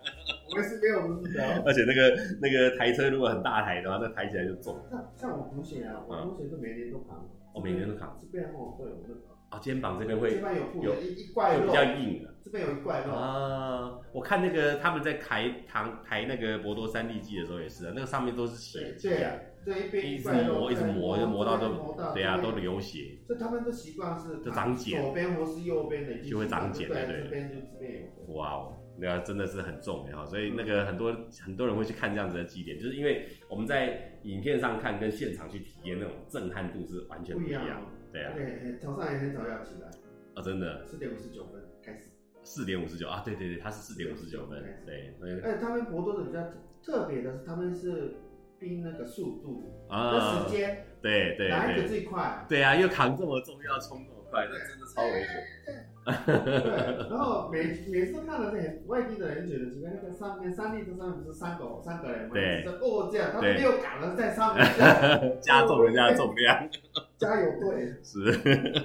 Speaker 2: 我们是没有轮子的哦。
Speaker 1: 而且那个那个台车如果很大台的话，那抬起来就重
Speaker 2: 像像我同学啊，我同学是每年都扛，
Speaker 1: 哦每年都扛
Speaker 2: 这边哦会有那个，
Speaker 1: 啊，肩膀这边会
Speaker 2: 这边有布
Speaker 1: 有
Speaker 2: 的一一块
Speaker 1: 会
Speaker 2: 肉
Speaker 1: 比，较硬了
Speaker 2: 这边有一块肉，
Speaker 1: 啊。我看那个他们在抬唐抬那个博多三地记的时候也是啊，那个上面都是血
Speaker 2: 对
Speaker 1: 迹啊，
Speaker 2: 对对，一边
Speaker 1: 一直
Speaker 2: 块肉
Speaker 1: 磨一直磨，就磨到
Speaker 2: 这边磨
Speaker 1: 都
Speaker 2: 到
Speaker 1: 对啊，
Speaker 2: 这
Speaker 1: 都
Speaker 2: 边
Speaker 1: 流血。
Speaker 2: 所以他们的习惯是
Speaker 1: 就长茧
Speaker 2: 左边或是右边的已经
Speaker 1: 就会长茧
Speaker 2: 对，
Speaker 1: 对
Speaker 2: 这边就这边有。
Speaker 1: 哇哦，那真的是很重要，所以那个很多很多人会去看这样子的祭典，就是因为我们在影片上看跟现场去体验那种震撼度是完全不一样
Speaker 2: 不一
Speaker 1: 的
Speaker 2: 样。
Speaker 1: 对啊，
Speaker 2: 对，哎早上也很早要起来，
Speaker 1: 啊真的
Speaker 2: 四点五十九分开始。
Speaker 1: 四点五十九啊，对对对，它是四点五十九分
Speaker 2: 对，
Speaker 1: 对，所以
Speaker 2: 而哎且他们搏斗的比较特别的是，他们是拼那个速度、那
Speaker 1: 啊
Speaker 2: 时，间，
Speaker 1: 对对
Speaker 2: 哪一个
Speaker 1: 对，？
Speaker 2: 最快
Speaker 1: 对啊，又扛这么重要，冲那么快，那真的超危险。
Speaker 2: 对。然后每每次看到那些外地的人觉得，奇怪，那个三边三立的上面不是三个三个人吗？
Speaker 1: 对
Speaker 2: 就是哦这样，他
Speaker 1: 对
Speaker 2: 们没有赶了在上面，这样
Speaker 1: 加重人家的重量，
Speaker 2: 加油队。
Speaker 1: 是，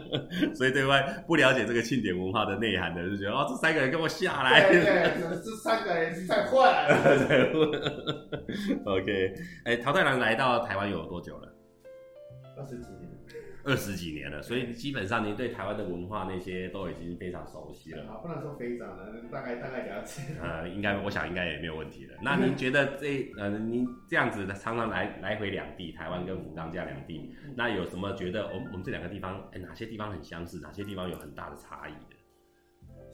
Speaker 1: 所以对外不了解这个庆典文化的内涵的，就觉得哦，这三个人跟我下来，
Speaker 2: 对对，这三个人太 坏了。
Speaker 1: OK，哎、桃太郎来到台湾有多久了？
Speaker 2: 二十几年了。
Speaker 1: 二十几年了，所以基本上您对台湾的文化那些都已经非常熟悉了。
Speaker 2: 啊，不能说非常了，大概大概了解。
Speaker 1: 呃，应该我想应该也没有问题了。那您觉得这呃，您这样子常常来来回两地，台湾跟福冈这样两地，
Speaker 2: 嗯
Speaker 1: 那有什么觉得我们我们这两个地方，哎、哪些地方很相似，哪些地方有很大的差异的？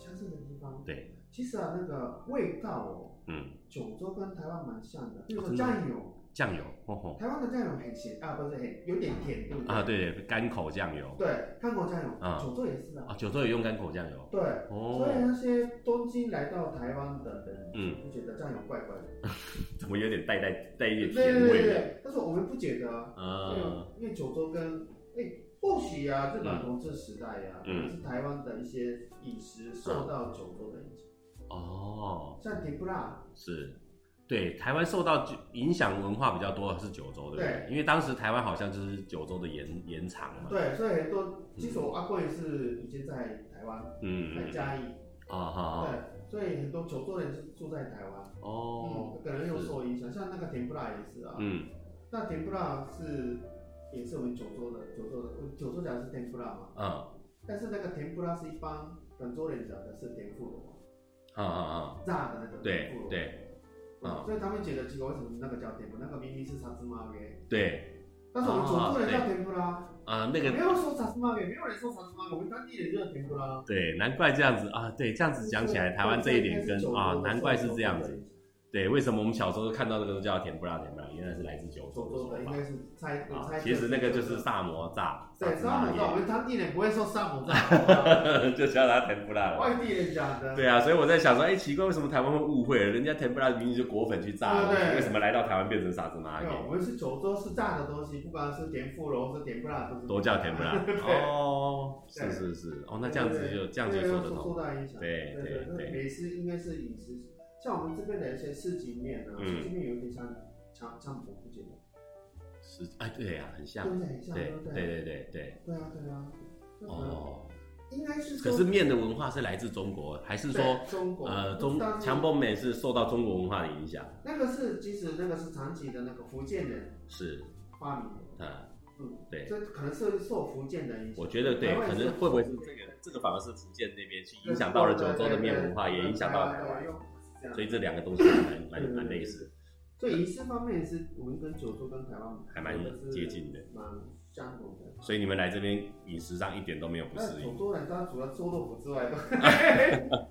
Speaker 2: 相似的地方，
Speaker 1: 对，
Speaker 2: 其实啊，那个味道哦，
Speaker 1: 嗯，
Speaker 2: 九州跟台湾蛮像的，比如
Speaker 1: 哦
Speaker 2: 说
Speaker 1: 真的
Speaker 2: 酱油，
Speaker 1: 酱油，吼吼
Speaker 2: 台湾的酱油很咸啊，不是很有点甜，对不对？
Speaker 1: 啊，对对，干口酱油
Speaker 2: 对，韩国酱油，
Speaker 1: 啊
Speaker 2: 九州也是的
Speaker 1: 啊，，九州也用干口酱油，
Speaker 2: 对。所以
Speaker 1: 哦，
Speaker 2: 那些东京来到台湾的人，
Speaker 1: 嗯，
Speaker 2: 就觉得酱油怪怪的，
Speaker 1: 怎么有点带带带一点
Speaker 2: 对对
Speaker 1: 甜
Speaker 2: 对
Speaker 1: 味？
Speaker 2: 对。但是我们不觉得啊，
Speaker 1: 嗯。
Speaker 2: 因为九州跟哎，或许啊，日本统治时代呀，
Speaker 1: 嗯
Speaker 2: 是台湾的一些饮食受到九州的影响，
Speaker 1: 哦，
Speaker 2: 像甜不辣，
Speaker 1: 是，对，台湾受到影响文化比较多的是九州，对不对？因为当时台湾好像就是九州的延延长嘛。
Speaker 2: 对，所以很多，其实我阿贵是已经在台湾，
Speaker 1: 嗯，
Speaker 2: 在
Speaker 1: 嗯，
Speaker 2: 嘉义，
Speaker 1: 啊哈，哈
Speaker 2: 对，所以很多九州人是住在台湾，
Speaker 1: 哦，
Speaker 2: 嗯，可能又受影响，像那个甜不辣也是啊，
Speaker 1: 嗯，
Speaker 2: 那甜不辣是也是我们九州的，九州的，九州讲的是甜不辣嘛，
Speaker 1: 嗯，
Speaker 2: 但是那个甜不辣是一般本州人讲的是甜不罗，
Speaker 1: 啊啊啊，
Speaker 2: 炸的那个
Speaker 1: 对
Speaker 2: 甜不罗，
Speaker 1: 对
Speaker 2: 嗯
Speaker 1: 嗯
Speaker 2: 所以他们觉得奇怪，为什么那个叫甜不，那个明明是萨斯玛给，
Speaker 1: 对，
Speaker 2: 但是我们九州人
Speaker 1: 啊
Speaker 2: 叫甜不辣。
Speaker 1: 啊，那个
Speaker 2: 没有说萨斯玛给，没有人说萨斯玛给，我们当地人就是甜不辣。
Speaker 1: 对，难怪这样子啊，对，这样子讲起来，台湾这一点跟啊，难怪是这样子。。对，为什么我们小时候看到那个都叫甜不辣甜不辣，原来是来自九州
Speaker 2: 走
Speaker 1: 的
Speaker 2: 走的
Speaker 1: 说
Speaker 2: 应
Speaker 1: 法
Speaker 2: 该是猜，我
Speaker 1: 啊
Speaker 2: 猜。
Speaker 1: 其实那个就是萨摩炸，
Speaker 2: 对
Speaker 1: 萨摩
Speaker 2: 萨姆
Speaker 1: 耶
Speaker 2: 炸，我们当地人不会说萨姆 炸，
Speaker 1: 就叫它甜不辣了。
Speaker 2: 外地人讲的。
Speaker 1: 对啊，所以我在想说，哎、奇怪，为什么台湾会误会了？人家 t e m p u r a 明明就果粉去炸，
Speaker 2: 对对
Speaker 1: 为什么来到台湾变成傻子妈
Speaker 2: 没
Speaker 1: 给
Speaker 2: 有，我们是九州是炸的东西，不管是甜不罗是甜不辣都是。
Speaker 1: 都叫 t e m p u r a 哦，是
Speaker 2: 对
Speaker 1: 是是，哦，那这样子就这样子就说
Speaker 2: 说
Speaker 1: 得
Speaker 2: 受
Speaker 1: 通。
Speaker 2: 到影响。
Speaker 1: 对对
Speaker 2: 对
Speaker 1: 对
Speaker 2: 美食应该是饮食，像我们这边的一些市集面啊，
Speaker 1: 嗯
Speaker 2: 市集面有点像像像我不觉得，
Speaker 1: 是哎，对呀、很像
Speaker 2: 对，不对？像
Speaker 1: 对
Speaker 2: 不
Speaker 1: 对
Speaker 2: 对？
Speaker 1: 对对对，
Speaker 2: 对啊对啊。那可能
Speaker 1: 哦。
Speaker 2: 应该是
Speaker 1: 可
Speaker 2: 说。
Speaker 1: 是面的文化是来自中国，还是说
Speaker 2: 对中国
Speaker 1: 呃
Speaker 2: 不
Speaker 1: 中
Speaker 2: 知道是
Speaker 1: 强迫美是受到中国文化的影响？
Speaker 2: 那个是其实那个是长崎的那个福建人
Speaker 1: 是
Speaker 2: 发明的，
Speaker 1: 啊，
Speaker 2: 嗯，
Speaker 1: 对，
Speaker 2: 这可能是受福建的影响。
Speaker 1: 我觉得对，
Speaker 2: 台湾
Speaker 1: 可
Speaker 2: 也是
Speaker 1: 能会不会是这个这个反而是福建那边去影响到了九州的面文化，也影响到了台湾，，所以这两个东西还蛮蛮蛮类似的。
Speaker 2: 嗯所以仪式方面是我们跟九州跟台湾
Speaker 1: 还蛮接近的，
Speaker 2: 蛮相同的。
Speaker 1: 所以你们来这边饮食上一点都没有不
Speaker 2: 那
Speaker 1: 适
Speaker 2: 九
Speaker 1: 应。
Speaker 2: 州人他除了臭豆腐之 外，都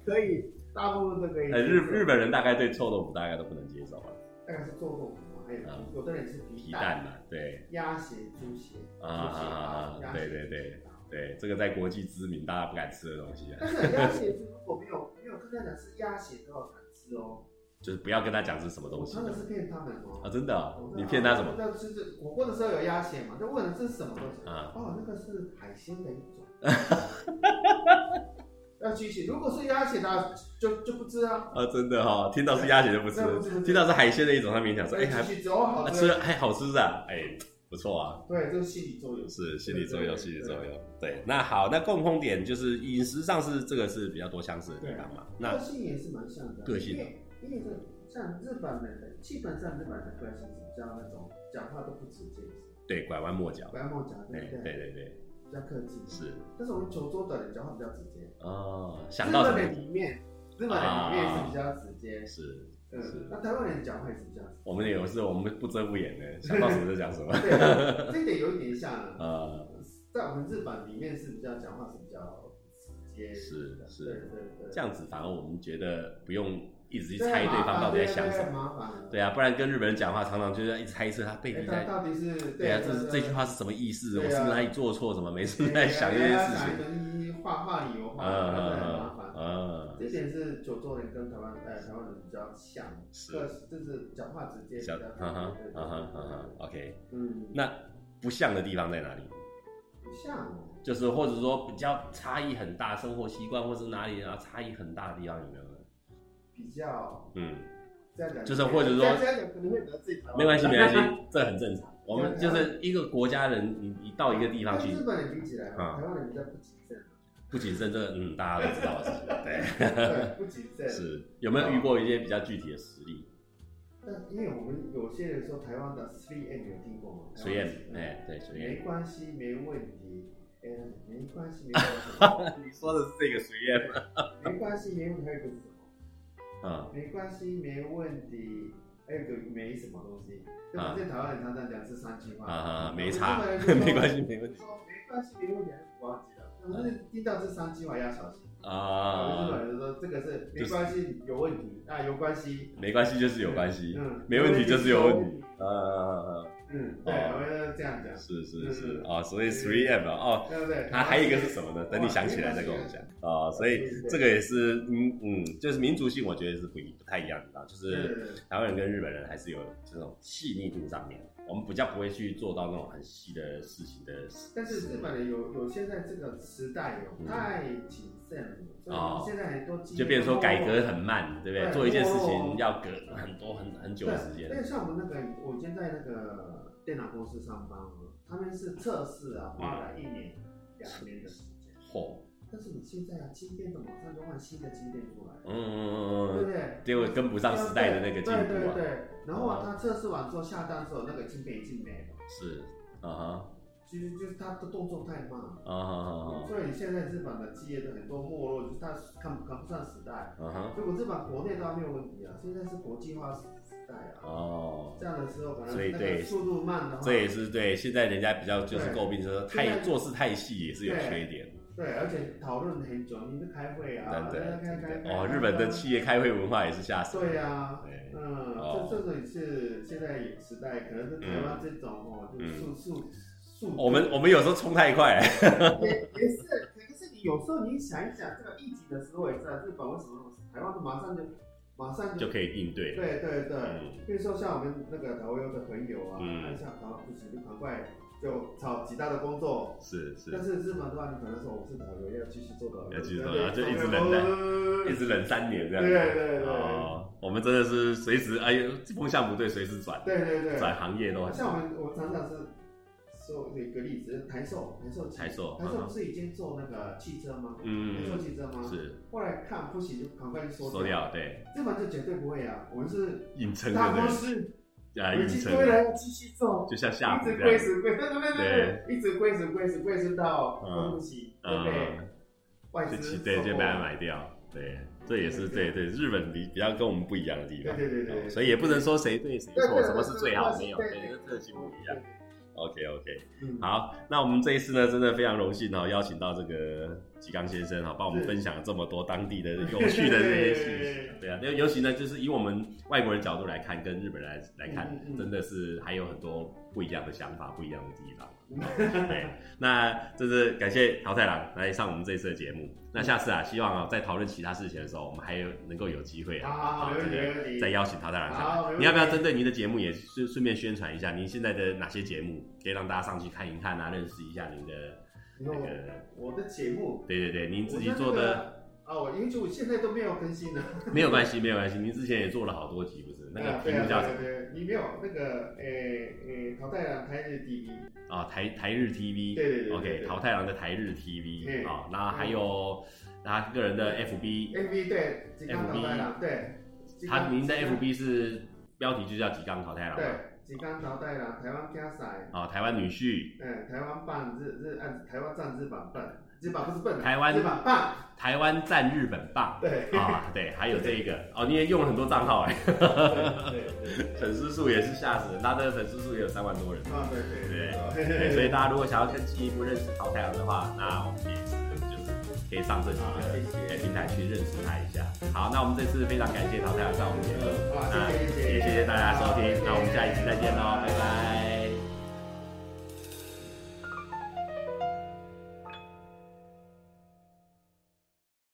Speaker 2: 可以大部分都可以。
Speaker 1: 呃，日日本人大概对臭豆腐大概都不能接受啊，
Speaker 2: 大概是臭豆腐嘛，还有
Speaker 1: 啊
Speaker 2: 有的人是
Speaker 1: 皮
Speaker 2: 皮
Speaker 1: 蛋嘛，对
Speaker 2: 鸭血、猪血
Speaker 1: 啊啊啊啊
Speaker 2: 猪血鸭血
Speaker 1: 对对对 对，这个在国际知名大家不敢吃的东西啊。
Speaker 2: 但是鸭血就如果没有没有跟他讲是鸭血都要敢吃哦，
Speaker 1: 就是不要跟他讲是什么东西
Speaker 2: 真的是骗他们哦。
Speaker 1: 啊，真的啊、
Speaker 2: 哦
Speaker 1: 你骗他什么？？
Speaker 2: 那就是我问的时候有压线嘛，就问了这是什么东西？
Speaker 1: 啊，
Speaker 2: 哦，那个是海鲜的一种。 要记起，如果是鸭血的，就就不知啊。
Speaker 1: 啊，真的哈、听到是鸭血就不吃
Speaker 2: 对不吃不，吃
Speaker 1: 听到是海鲜的一种，他勉强说，哎、
Speaker 2: 要
Speaker 1: 还
Speaker 2: 继续走好
Speaker 1: 啊
Speaker 2: 的。
Speaker 1: 吃了还好吃啊，哎、不错啊，
Speaker 2: 对，这是心理作用。
Speaker 1: 是心理作用，
Speaker 2: 对对
Speaker 1: 心理
Speaker 2: 对
Speaker 1: 作用。对，那好，那共通点就是饮食上是这个是比较多相似的地方嘛。那
Speaker 2: 个性也是蛮像的。
Speaker 1: 个性
Speaker 2: 因为因为这像日本人的，基本上日本人的个性是比较那种讲话都不直接，
Speaker 1: 对拐弯抹角
Speaker 2: 不，要跟我讲，
Speaker 1: 哎、
Speaker 2: 对不
Speaker 1: 对
Speaker 2: 对？
Speaker 1: 对对，
Speaker 2: 比较客气。
Speaker 1: 是
Speaker 2: 但是我们九州的人讲话比较直接，
Speaker 1: 哦，想
Speaker 2: 日
Speaker 1: 到什么
Speaker 2: 本人里面，日本人里面是比较直接。
Speaker 1: 是是
Speaker 2: 嗯，那台湾人讲话也是比较直接。
Speaker 1: 我们也是我们不遮不掩 的，想到什么就讲什么。
Speaker 2: 对，这一点有一点像啊，
Speaker 1: 呃，
Speaker 2: 在我们日本里面是比较讲话是比较直接的，
Speaker 1: 是是
Speaker 2: 对对对，
Speaker 1: 这样子反而我们觉得不用一直去
Speaker 2: 啊
Speaker 1: 猜对方到底在想什
Speaker 2: 对啊对啊
Speaker 1: 么。
Speaker 2: 麻烦，
Speaker 1: 对啊，不然跟日本人讲话，常常就是要一直猜测他背
Speaker 2: 哎，
Speaker 1: 地
Speaker 2: 他
Speaker 1: 在。
Speaker 2: 到底是
Speaker 1: 对啊，这是这句话是什么意思？我是不是哪里做错什么？每次在想这些事
Speaker 2: 哎
Speaker 1: 情。
Speaker 2: 情，画画理由，
Speaker 1: 嗯
Speaker 2: 画
Speaker 1: 嗯
Speaker 2: 很麻
Speaker 1: 嗯
Speaker 2: 烦。
Speaker 1: 嗯，
Speaker 2: 这一点是九州人跟台湾呃台湾人比较像，
Speaker 1: 是
Speaker 2: 个就是讲话直接比
Speaker 1: 小，
Speaker 2: 较，
Speaker 1: 嗯
Speaker 2: 对
Speaker 1: 哼，
Speaker 2: 对对
Speaker 1: 嗯哼，嗯哼
Speaker 2: 对
Speaker 1: ，OK。
Speaker 2: 嗯，
Speaker 1: 那不像的地方在哪里？
Speaker 2: 不像哦，
Speaker 1: 就是或者说比较差异很大，生活习惯或是哪里然后差异很大的地方有没有呢？
Speaker 2: 比较
Speaker 1: 嗯，
Speaker 2: 这样讲，
Speaker 1: 就是或者说
Speaker 2: 这样讲可能会得罪台湾人
Speaker 1: 没关系，没关系，这很正常。我们就是一个国家人，你你到一个地方去
Speaker 2: 跟日，本人比起来，
Speaker 1: 嗯
Speaker 2: 台湾人比较不谨 慎，
Speaker 1: 不谨慎，这个嗯大家都知道的事情。对，
Speaker 2: 对，不谨慎。
Speaker 1: 是有没有遇过一些比较具体的实例？
Speaker 2: 但因为我们有些人说台湾的 three M 有听过吗？
Speaker 1: 随
Speaker 2: 台
Speaker 1: 缘，
Speaker 2: 湾
Speaker 1: 哎，对，
Speaker 2: 的
Speaker 1: 随
Speaker 2: 没
Speaker 1: 缘。
Speaker 2: 关系，没问题，哎，没关系，没问题，
Speaker 1: 你说的是这个随缘吗？
Speaker 2: 没关系，没问题，还有一个是什么？
Speaker 1: 嗯，
Speaker 2: 没关系，没问题，还有一个没什么东西。就反正台湾人常常讲这三句话
Speaker 1: 啊没差
Speaker 2: 日本人就说
Speaker 1: 没关系 没问
Speaker 2: 说没关系，没问题，我忘记了。但是听到这三句话要小心。日
Speaker 1: 啊，
Speaker 2: 本人说这个是没关系，有问题啊，有关系，
Speaker 1: 没关系，就是有关系，
Speaker 2: 嗯，
Speaker 1: 没问题就是有问
Speaker 2: 题。
Speaker 1: 呃，
Speaker 2: 嗯，对，
Speaker 1: 哦
Speaker 2: 我要这样讲，
Speaker 1: 是是是啊，所以 three M 哦，
Speaker 2: 对不对？
Speaker 1: 它还有一个是什么呢？等你想起来再跟我讲啊。所以这个也是，嗯嗯，就是民族性，我觉得是不一不太一样的地方，就
Speaker 2: 对
Speaker 1: 是
Speaker 2: 对对
Speaker 1: 台湾人跟日本人还是有这种细腻度上面，我们比较不会去做到那种很细的事情的。
Speaker 2: 但是日本人有有现在这个时代
Speaker 1: 嗯
Speaker 2: 有太谨慎了，所以
Speaker 1: 哦
Speaker 2: 现在很多企业
Speaker 1: 就变成说改革很慢，对不对？
Speaker 2: 对哦
Speaker 1: 做一件事情要隔很多很很久的时间
Speaker 2: 对，因为像我们那个，我以前在那个电脑公司上班嘛，他们是测试啊，花了一年、两年的时间。
Speaker 1: 嚯，
Speaker 2: 但是你现在啊，芯片都马上就换新的芯片出来，
Speaker 1: 嗯嗯嗯
Speaker 2: 对不对？
Speaker 1: 嗯，结果跟不上时代的那个进
Speaker 2: 对
Speaker 1: 步啊，
Speaker 2: 对对，然后啊，他测试完之后下单的时候，那个芯片已经没了，
Speaker 1: 是啊哈。
Speaker 2: 其实就是他的动作太慢了。
Speaker 1: 啊啊
Speaker 2: 所以现在日本的企业都很多没落，就是他赶赶不上时代。
Speaker 1: 啊哈！
Speaker 2: 如果日本国内都还没有问题啊，现在是国际化时代啊，
Speaker 1: 哦，
Speaker 2: 这样的时候可
Speaker 1: 所以
Speaker 2: 能那
Speaker 1: 对
Speaker 2: 个速度慢的话，
Speaker 1: 这也是对现在人家比较就是诟病说太做事太细也是有缺点，
Speaker 2: 对，而且讨论很久，你们开会啊，
Speaker 1: 真的
Speaker 2: 开开开
Speaker 1: 真
Speaker 2: 开啊
Speaker 1: 的哦，日本的企业开会文化也是吓死人。
Speaker 2: 对呀、
Speaker 1: 对
Speaker 2: 嗯，
Speaker 1: 哦
Speaker 2: 这这种也是现在时代，可能是台湾这种哦，就速速速，
Speaker 1: 嗯我们我们有时候冲太快，
Speaker 2: 也也是，可是你有时候你想一想这个疫情的时候，也知道日本为什么台湾马上就马上
Speaker 1: 就
Speaker 2: 就
Speaker 1: 可以应对。
Speaker 2: 对对对，
Speaker 1: 嗯，
Speaker 2: 比如说像我们那个台湾的朋友啊，
Speaker 1: 嗯
Speaker 2: 他想搞不行就赶快就找其他的工作。
Speaker 1: 是
Speaker 2: 但
Speaker 1: 是，
Speaker 2: 是日本的话，你可能说我是导游，要继续做导游，
Speaker 1: 要继续做
Speaker 2: 对
Speaker 1: 然后就一直忍
Speaker 2: 忍
Speaker 1: 一直忍三年这样。
Speaker 2: 对对对
Speaker 1: 哦，我们真的是随时哎呦风向不对，随时转
Speaker 2: 对对对，啊
Speaker 1: 转行业都很
Speaker 2: 像我们我常常是说有一个例子，台塑，台塑，
Speaker 1: 台塑
Speaker 2: 台
Speaker 1: 嗯
Speaker 2: 塑
Speaker 1: 哼
Speaker 2: 不是已经做那个汽车吗？台塑
Speaker 1: 嗯
Speaker 2: 汽车吗？。
Speaker 1: 是
Speaker 2: 后来看不行，就赶快就
Speaker 1: 收
Speaker 2: 收。
Speaker 1: 掉对
Speaker 2: 日本就绝对不会啊，我们是
Speaker 1: 硬撑
Speaker 2: 大公
Speaker 1: 的
Speaker 2: 司，
Speaker 1: 对
Speaker 2: 我
Speaker 1: 啊
Speaker 2: 们
Speaker 1: 硬
Speaker 2: 继续
Speaker 1: 撑
Speaker 2: 未来要继续做，
Speaker 1: 就像下
Speaker 2: 一
Speaker 1: 午
Speaker 2: 直
Speaker 1: 这
Speaker 2: 跪
Speaker 1: 样
Speaker 2: 死跪，对对对对对，一直跪死跪死跪死到
Speaker 1: 嗯
Speaker 2: 对不起，就被
Speaker 1: 嗯，
Speaker 2: 外
Speaker 1: 就
Speaker 2: 资
Speaker 1: 期
Speaker 2: 收
Speaker 1: 对就
Speaker 2: 购
Speaker 1: 把它买掉，对，这也是对对日本比比较跟我们不一样的地方，
Speaker 2: 对对对对
Speaker 1: 哦所以也不能说谁对谁
Speaker 2: 对对
Speaker 1: 错，
Speaker 2: 对
Speaker 1: 什么是最好
Speaker 2: 对
Speaker 1: 没有，
Speaker 2: 对
Speaker 1: 对，这特性不一样。。OK OK，
Speaker 2: 嗯，
Speaker 1: 好，那我们这一次呢，真的非常荣幸哦，邀请到这个吉冈先生哈，帮我们分享了这么多当地的有趣的这些 事情。对啊，尤尤其呢，就是以我们外国人角度来看，跟日本人来来看
Speaker 2: 嗯，嗯嗯
Speaker 1: 真的是还有很多不一样的想法，不一样的地 方。对，那这是感谢桃太郎来上我们这一次的节目。那下次啊，希望啊，在讨论其他事情的时候，我们还有能够有机会啊，
Speaker 2: 好，
Speaker 1: 啊
Speaker 2: 没
Speaker 1: 这
Speaker 2: 问题，
Speaker 1: 个
Speaker 2: 没问题。
Speaker 1: 再邀请陶大郎上
Speaker 2: 好
Speaker 1: 来。
Speaker 2: 没问题
Speaker 1: 你要不要针对您的节目也顺顺便宣传一下？您现在的哪些节目可以让大家上去看一看啊，认识一下您的
Speaker 2: 以
Speaker 1: 那
Speaker 2: 后
Speaker 1: 个？
Speaker 2: 我的节目，
Speaker 1: 对对对，您自己
Speaker 2: 我那
Speaker 1: 做的
Speaker 2: 个啊，我因为我现在都没有更新了。
Speaker 1: 没有关系，没有关系。您之前也做了好多集，不是？那个题目叫什
Speaker 2: 对啊对啊对啊你没有那个诶诶，淘汰了台日第一，
Speaker 1: 么啊？台台日
Speaker 2: 对
Speaker 1: TV。
Speaker 2: 对对
Speaker 1: OK，
Speaker 2: 淘
Speaker 1: 桃太郎的台日
Speaker 2: 嗯
Speaker 1: TV 啊，然后还有他个人的 FB，
Speaker 2: MV 对，金刚淘汰了对，
Speaker 1: 他您的
Speaker 2: 金刚
Speaker 1: FB 是标题就叫吉冈桃太郎
Speaker 2: 对
Speaker 1: 嘛，
Speaker 2: 金刚淘汰了台湾加赛，
Speaker 1: 啊，台湾女婿，
Speaker 2: 嗯，台湾办日日按台湾站日版办，日版不是笨，
Speaker 1: 台湾
Speaker 2: 日 版办，
Speaker 1: 台湾赞日本 棒
Speaker 2: 对，
Speaker 1: 啊，对，还有这一个哦，你也用了很多账号哎。
Speaker 2: 对对对，
Speaker 1: 粉丝数也是吓死人，他的粉丝数也有三万多人。
Speaker 2: 啊对对
Speaker 1: 对，
Speaker 2: 对，
Speaker 1: 所以大家如果想要更进一步认识桃太郎的话，那我们也是就是可以上这几
Speaker 2: 啊谢
Speaker 1: 个
Speaker 2: 谢
Speaker 1: 呃平台去认识他一下。好，那我们这次非常感谢桃太郎上我们节目，
Speaker 2: 啊
Speaker 1: 那
Speaker 2: 谢谢
Speaker 1: 也谢谢大家收听
Speaker 2: 好谢谢，
Speaker 1: 那我们下一期再见喽，拜拜。